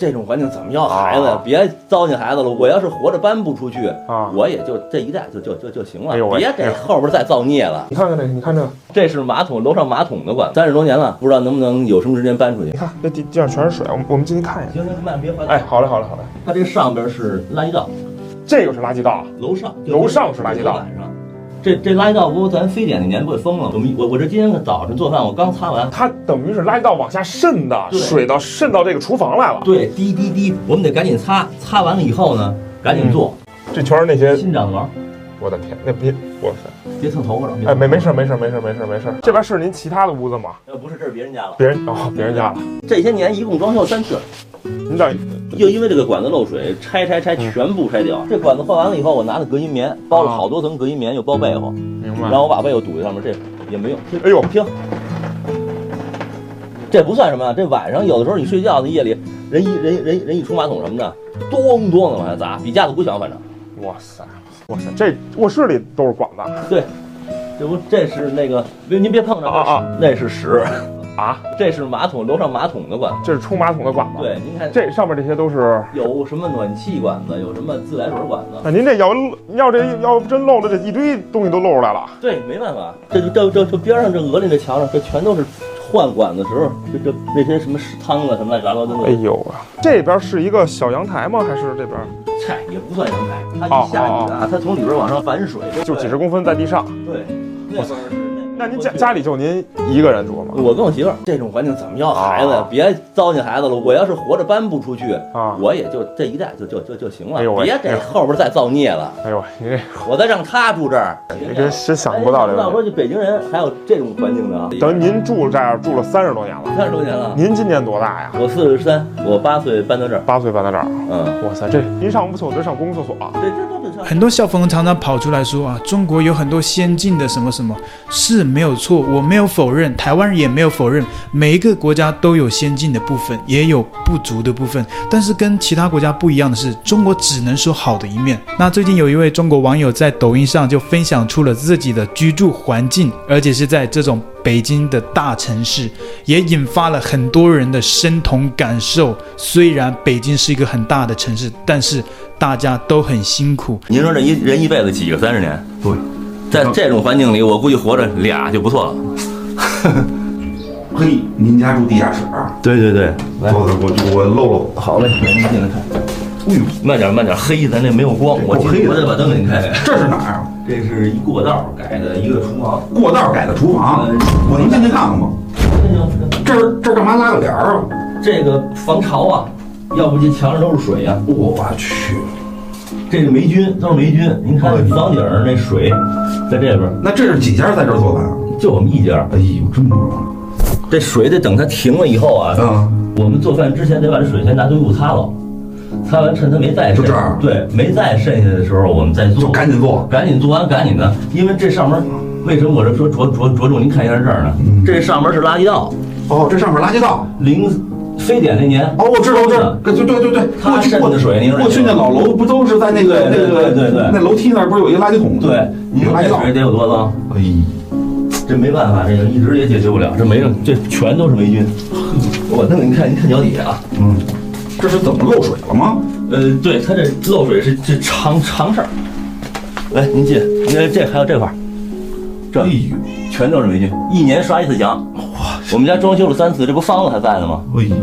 这种环境怎么要孩子呀？别糟践孩子了。我要是活着搬不出去，啊我也就这一代就就就就行了哎呦，喂别哎给呦后边再造孽了。你看看这个，你看这个，这是马桶楼上马桶的管，三十多年了，不知道能不能有生之年搬出去你。看这地地上全是水，我们我们进去看一眼。行行，慢别坏。哎，，好嘞，好嘞，好嘞，它这上边是垃圾道，这个是垃圾道啊，楼上楼上是垃圾道晚上，这这垃圾道不咱非典那年不也封了吗？我们我我这今天早晨做饭，我刚擦完。它等于是垃圾道往下渗的，对水到渗到这个厨房来了。对，滴滴滴，我们得赶紧擦，擦完了以后呢，赶紧做。这全是那些，新长毛，我的天，那别，我塞，别蹭头发了。别蹭哎，头发没没事儿，没事儿，没事儿，没事儿，没事儿。这边是您其他的屋子吗？呃，不是，这是别人家了。别人哦，别人家了。这些年一共装修三次，您这就因为这个管子漏水，拆拆拆，嗯啊全部拆掉。这管子换完了以后，我拿的隔音棉包了好多层隔音棉，又包被子，明然白？后我把被子堵在上面，这也没用。嗯哎呦，听，这不算什么啊！这晚上有的时候你睡觉那夜里，人一人人人一冲马桶什么的，咚咚的往下砸，比架子鼓响，反正。哇塞，哇塞，这卧室里都是管子对，这不这是那个，您您别碰着啊啊！那是屎，啊！这是马桶楼上马桶的管子。这是冲马桶的管子。对，您看这上面这些都是。哎有什么暖气管子，有什么自来水管子。那您这要要这要真漏了，这一堆东西都露出来了。对，没办法，这这这这边上这鹅岭这墙上，这全都是换管子时候，这这那些什么屎汤啊什么乱七八糟的东哎西，呦啊！这边是一个小阳台吗？还是这边菜也不算阳台，它一下雨啊，它从里边往上反水，哦就几十公分在地上？对，那边儿是那那您家家里就您一个人住吗？我跟我媳妇儿这种环境怎么要孩子呀啊？别糟践孩子了。我要是活着搬不出去，啊，我也就这一代就就就就行了哎呦，喂别给后边再造孽了。哎呦，你这我再让他住这儿，你哎真真想不到这哎个想不。说这北京人还有这种环境的啊，等于您住这样住了三十多年了，三十多年了，您今年多大呀？我四十三，我八岁搬到这儿，八岁搬到这儿，嗯，哇塞，这您上不去，我就上公共厕所啊。对，这都挺像。很多校粉常常跑出来说啊，中国有很多先进的什么什么，是没有错，我没有否认，台湾人也没有否认，每一个国家都有先进的部分，也有不足的部分。但是跟其他国家不一样的是，中国只能说好的一面。那最近有一位中国网友在抖音上就分享出了自己的居住环境，而且是在这种北京的大城市，也引发了很多人的深同感受。虽然北京是一个很大的城市，但是大家都很辛苦，您说这一人一辈子几个三十年？对，在这种环境里，我估计活着俩就不错了。嘿，您家住地下室？对对对，来，我我我漏了，好嘞，您进来看。哎呦，慢点慢点，黑，咱这没有光，我够今黑的我得把灯给您开开。这是哪儿啊？这是一过道改的一个厨房，过道改的厨房呃，我能进去看看吗？这儿这儿干嘛拉个帘儿啊？这个防潮啊，要不这墙上都是水呀、我去，这是霉菌，都是霉菌。您看房顶上那水，在这边，那这是几家在这儿做饭啊？就我们一家，哎呦，真不容这水得等它停了以后啊易，啊！我们做饭之前得把这水先拿东西给擦了，擦完趁它没再就渗这儿对，没再渗下的时候我们再做，就赶紧做，赶紧做完赶紧的，因为这上面为什么我这说着着着重您看一下这儿呢？嗯这上面是垃圾道，哦，这上面垃圾道。零非典那年。哦，我知道，我知道，对对对对，嗯他过去渗过的水你说过去那老楼不都是在那个那对对个对对对那楼梯那儿不是有一垃圾桶吗？对，你您垃圾这道。水得有多脏？哎，这没办法，这个一直也解决不了，这没这全都是霉 菌。我弄给您看，您看脚底下啊，嗯，这是怎么漏水了吗？呃，对，它这漏水是这常常事儿。来，您进，您看这还有这块儿，这哎呦，全都是霉菌，一年刷一次墙。哇，我们家装修了三次，这不方子还在呢吗？哎呦，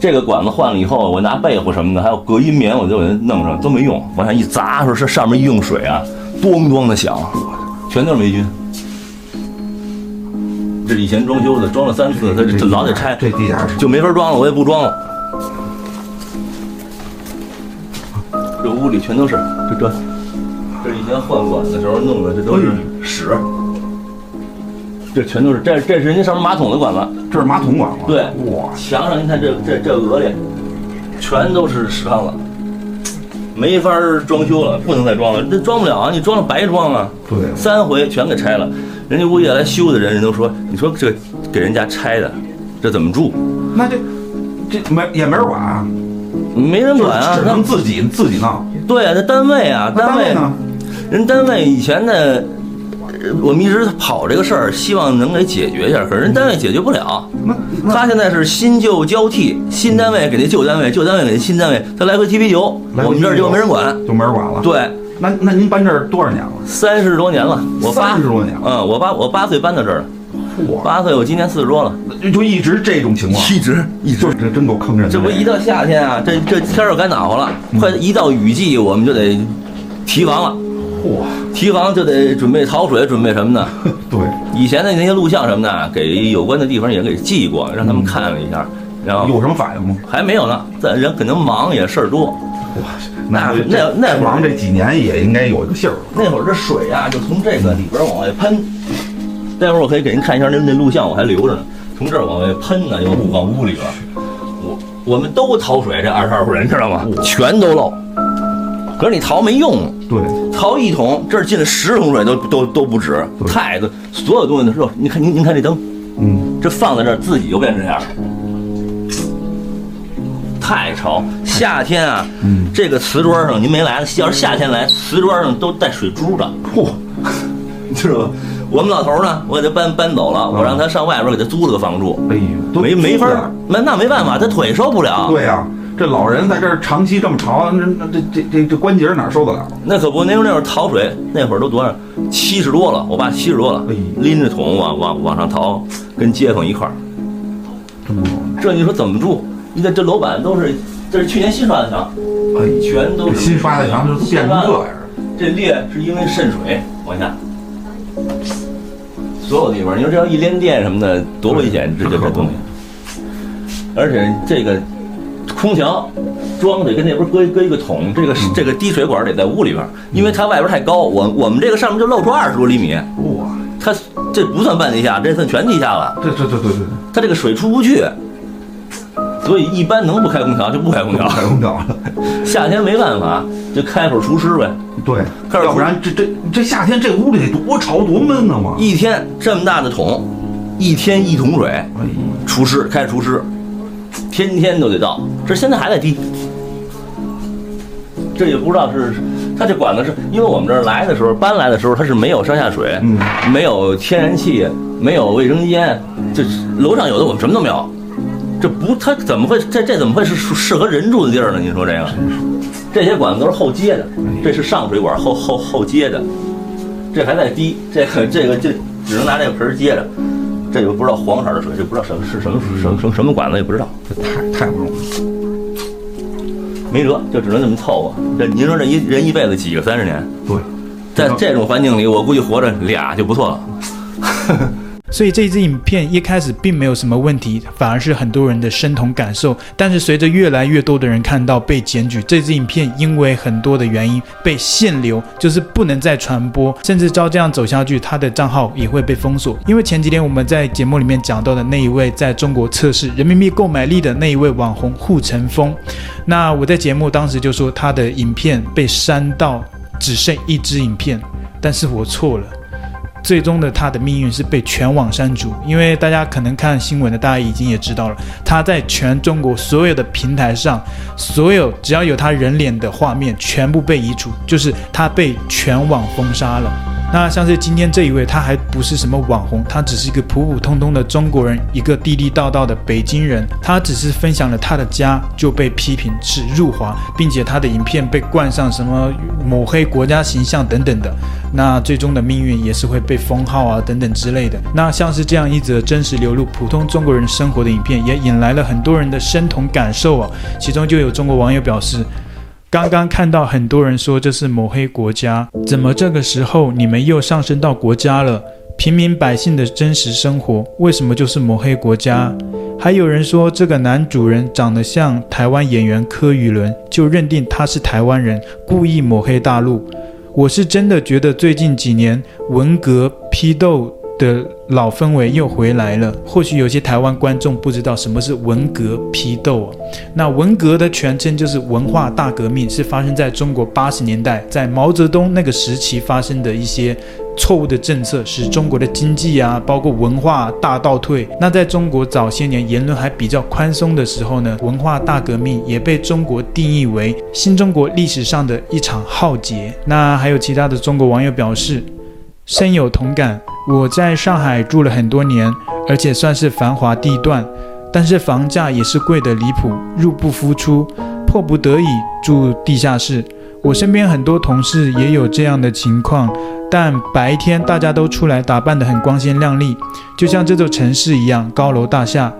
这个管子换了以后，我拿被子什么的，还有隔音棉，我就给它弄上，都没用。往下一砸，说是上面一用水啊，咣咣的响，全都是霉菌。这以前装修的，装了三次，它这哎这老得拆，这地下室。就没法装了，我也不装了。这屋里全都是，这这，这以前换管的时候弄的，这都是屎，这全都是，这这是人家上面马桶的管子，这是马桶管吗？对哇，墙上您看这这这鹅里，全都是屎汤子，没法儿装修了，不能再装了，这装不了啊，你装了白装啊，对，三回全给拆了，人家物业来修的人，人都说，你说这给人家拆的，这怎么住？那这这没也没人管啊，没人就是管啊，只那能自己自己弄。对啊，这单位啊，那单位位呢？人单位以前的我们一直跑这个事儿，希望能给解决一下，可是人单位解决不了。那嗯那他现在是新旧交替，新单位给那旧单位，旧单位给那新单位，他来回踢皮球，来回我们踢啊这儿就没人管。就没人管了。，对，那那您搬这儿多少年了？三十多年了，我八30多年了嗯，我八我八岁搬到这儿了，嚯，八岁我今年四十多了，就就一直这种情况，一直一就是这真够坑人的。这不一到夏天啊，这这天儿又该暖和了，嗯快一到雨季我们就得提防了，嚯，提防就得准备淘水，准备什么呢？对，以前的那些录像什么的，给有关的地方也给寄过，让他们看了一下，然后有什么反应吗？还没有呢，但人可能忙也事儿多，哇，那这那那会儿忙这几年也应该有一个信儿。那会儿这水啊，就从这个里边往外喷。待会儿我可以给您看一下那那录像，我还留着呢。从这儿往外喷呢，又往屋里边。我我们都淘水，这二十二户人知道吗？全都漏。可是你淘没用，对，淘一桶，这儿进了十桶水都都都不止，太多，所有东西都是。你看您您看这灯，嗯，这放在这儿自己就变成这样了。太潮，夏天啊，嗯这个瓷砖上您没来，要是夏天来，瓷砖上都带水珠的。嚯，你知道吗？我们老头儿呢，我给他搬搬走了，我让他上外边儿给他租了个房住，哎呦，都没没法这样儿，那那没办法，他腿受不了。对呀、这老人在这儿长期这么潮，那那这这这这关节哪受得了？那可不，那时候那会儿淘水，那会儿都多少，七十多了，我爸七十多了哎，拎着桶往往往上淘，跟街坊一块儿。真不容这你说怎么住？你看这楼板都是，这是去年新刷的墙，易。哎呦，全都这是新刷的墙就都变成这样了。这裂是因为渗水往下，所有地方，你说这要一连电什么的，多危险！这这这东西，而且这个空调装得跟那边搁一搁一个桶，这个这个滴水管得在屋里边，因为它外边太高，我我们这个上面就露出二十多厘米，哇，它这不算半地下，这算全地下了，这这这这这它这个水出不去，所以一般能不开空调就不开空调这，太空调了。夏天没办法就开会儿除湿呗。对，开始要不然这这这夏天这屋里得多潮多闷啊嘛。一天这么大的桶，一天一桶水，哎呦，厨师开厨师，天天都得倒。这现在还在滴，这也不知道是他这管子是因为我们这儿来的时候搬来的时候它是没有上下水，嗯没有天然气，没有卫生间，这楼上有的我们什么都没有。这不，它怎么会这这怎么会是适合人住的地儿呢？您说这个，这些管子都是后接的，这是上水管后后后接的，这还在滴，这个这个这只能拿这个盆儿接着，这也不知道黄色的水，这不知道什么是什么什么什么什么管子也不知道，这太太不容易了。没辙，就只能这么凑合。这您说这一人一辈子几个三十年，对，在这种环境里，我估计活着俩就不错了。所以这一支影片一开始并没有什么问题，反而是很多人的深同感受。但是随着越来越多的人看到被检举，这支影片因为很多的原因被限流，就是不能再传播，甚至照这样走下去，他的账号也会被封锁。因为前几天我们在节目里面讲到的那一位在中国测试人民币购买力的那一位网红护城风，那我在节目当时就说他的影片被删到只剩一支影片，但是我错了。最终的他的命运是被全网删除，因为大家可能看新闻的，大家已经也知道了，他在全中国所有的平台上，所有只要有他人脸的画面全部被移除，就是他被全网封杀了。那像是今天这一位，他还不是什么网红，他只是一个普普通通的中国人，一个地地道道的北京人，他只是分享了他的家就被批评是辱华，并且他的影片被冠上什么抹黑国家形象等等的，那最终的命运也是会被封号啊等等之类的。那像是这样一则真实流露普通中国人生活的影片，也引来了很多人的深同感受啊。其中就有中国网友表示，刚刚看到很多人说这是抹黑国家，怎么这个时候你们又上升到国家了？平民百姓的真实生活为什么就是抹黑国家？还有人说这个男主人长得像台湾演员柯宇伦，就认定他是台湾人，故意抹黑大陆。我是真的觉得最近几年文革批斗的老氛围又回来了。或许有些台湾观众不知道什么是文革批斗、啊，那文革的全称就是文化大革命，是发生在中国八十年代，在毛泽东那个时期发生的一些错误的政策，使中国的经济啊，包括文化啊大倒退。那在中国早些年言论还比较宽松的时候呢，文化大革命也被中国定义为新中国历史上的一场浩劫。那还有其他的中国网友表示，深有同感。我在上海住了很多年，而且算是繁华地段，但是房价也是贵得离谱，入不敷出，迫不得已住地下室。我身边很多同事也有这样的情况，但白天大家都出来打扮得很光鲜亮丽，就像这座城市一样高楼大厦，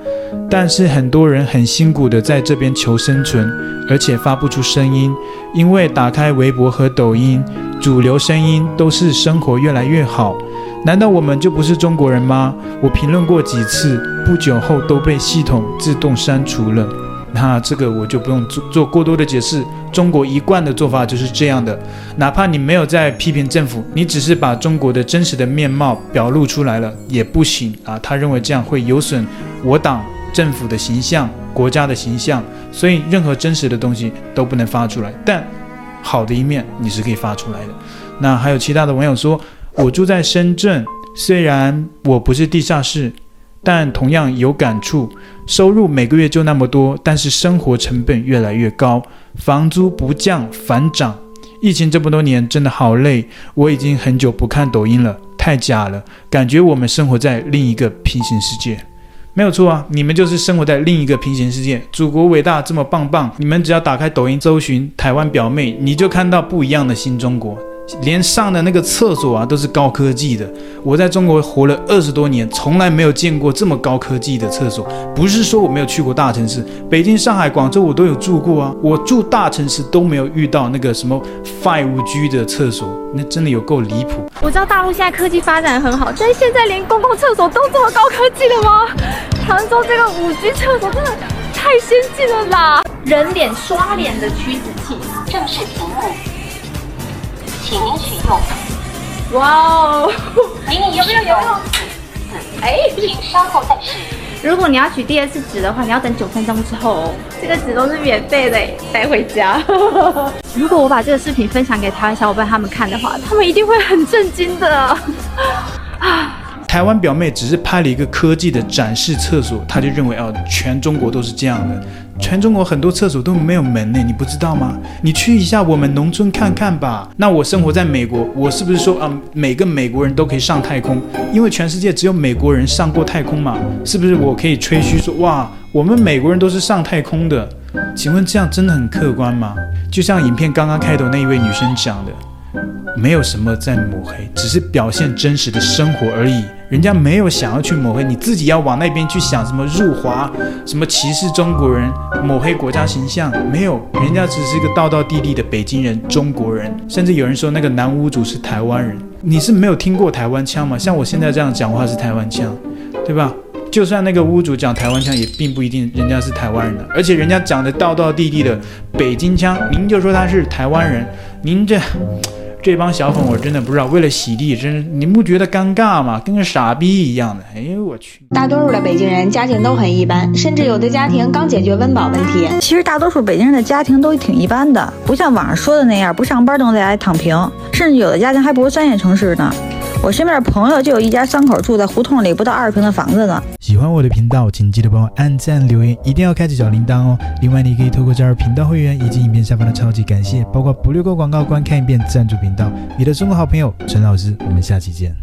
但是很多人很辛苦的在这边求生存，而且发不出声音，因为打开微博和抖音，主流声音都是生活越来越好。难道我们就不是中国人吗？我评论过几次，不久后都被系统自动删除了。那这个我就不用做做过多的解释。中国一贯的做法就是这样的，哪怕你没有在批评政府，你只是把中国的真实的面貌表露出来了也不行啊。他认为这样会有损我党政府的形象、国家的形象，所以任何真实的东西都不能发出来。但好的一面你是可以发出来的。那还有其他的网友说，我住在深圳，虽然我不是地下室，但同样有感触。收入每个月就那么多，但是生活成本越来越高，房租不降反涨。疫情这么多年，真的好累。我已经很久不看抖音了，太假了，感觉我们生活在另一个平行世界。没有错啊，你们就是生活在另一个平行世界。祖国伟大，这么棒棒，你们只要打开抖音搜寻“台湾表妹”，你就看到不一样的新中国。连上的那个厕所啊，都是高科技的。我在中国活了二十多年，从来没有见过这么高科技的厕所。不是说我没有去过大城市，北京、上海、广州我都有住过啊。我住大城市都没有遇到那个什么 Five G 的厕所，那真的有够离谱。我知道大陆现在科技发展很好，但是现在连公共厕所都这么高科技了吗？杭州这个五 G 厕所真的太先进了啦！人脸刷脸的取子器，正视屏幕，请您取用。哇哦！您已有没有使用有没有此次， 哎，请稍后再试。如果你要取第二次纸的话，你要等九分钟之后哦。这个纸都是免费的，带回家。 如果我把这个视频分享给台湾小伙伴他们看的话，他们一定会很震惊的。台湾表妹只是拍了一个科技的展示厕所，她就认为哦，全中国都是这样的，全中国很多厕所都没有门呢，你不知道吗？你去一下我们农村看看吧。那我生活在美国，我是不是说啊、每个美国人都可以上太空？因为全世界只有美国人上过太空嘛，是不是？我可以吹嘘说哇，我们美国人都是上太空的？请问这样真的很客观吗？就像影片刚刚开头那一位女生讲的，没有什么在抹黑，只是表现真实的生活而已。人家没有想要去抹黑，你自己要往那边去想什么入华、什么歧视中国人、抹黑国家形象，没有，人家只是一个道道地地的北京人、中国人，甚至有人说那个男屋主是台湾人。你是没有听过台湾腔吗？像我现在这样讲话是台湾腔，对吧？就算那个屋主讲台湾腔，也并不一定人家是台湾人的，而且人家讲的道道地地的北京腔，您就说他是台湾人，您这。这帮小粉我真的不知道，为了洗地，真是你不觉得尴尬吗？跟个傻逼一样的。哎呦我去！大多数的北京人家境都很一般，甚至有的家庭刚解决温饱问题。其实大多数北京人的家庭都挺一般的，不像网上说的那样，不上班都能在家里躺平，甚至有的家庭还不如三线城市呢。我身边的朋友就有一家三口住在胡同里不到二十平的房子呢。喜欢我的频道，请记得帮我按赞、留言，一定要开启小铃铛哦。另外，你可以透过加入频道会员以及影片下方的超级感谢，包括不略过广告、观看一遍赞助频道。你的中国好朋友陈老师，我们下期见。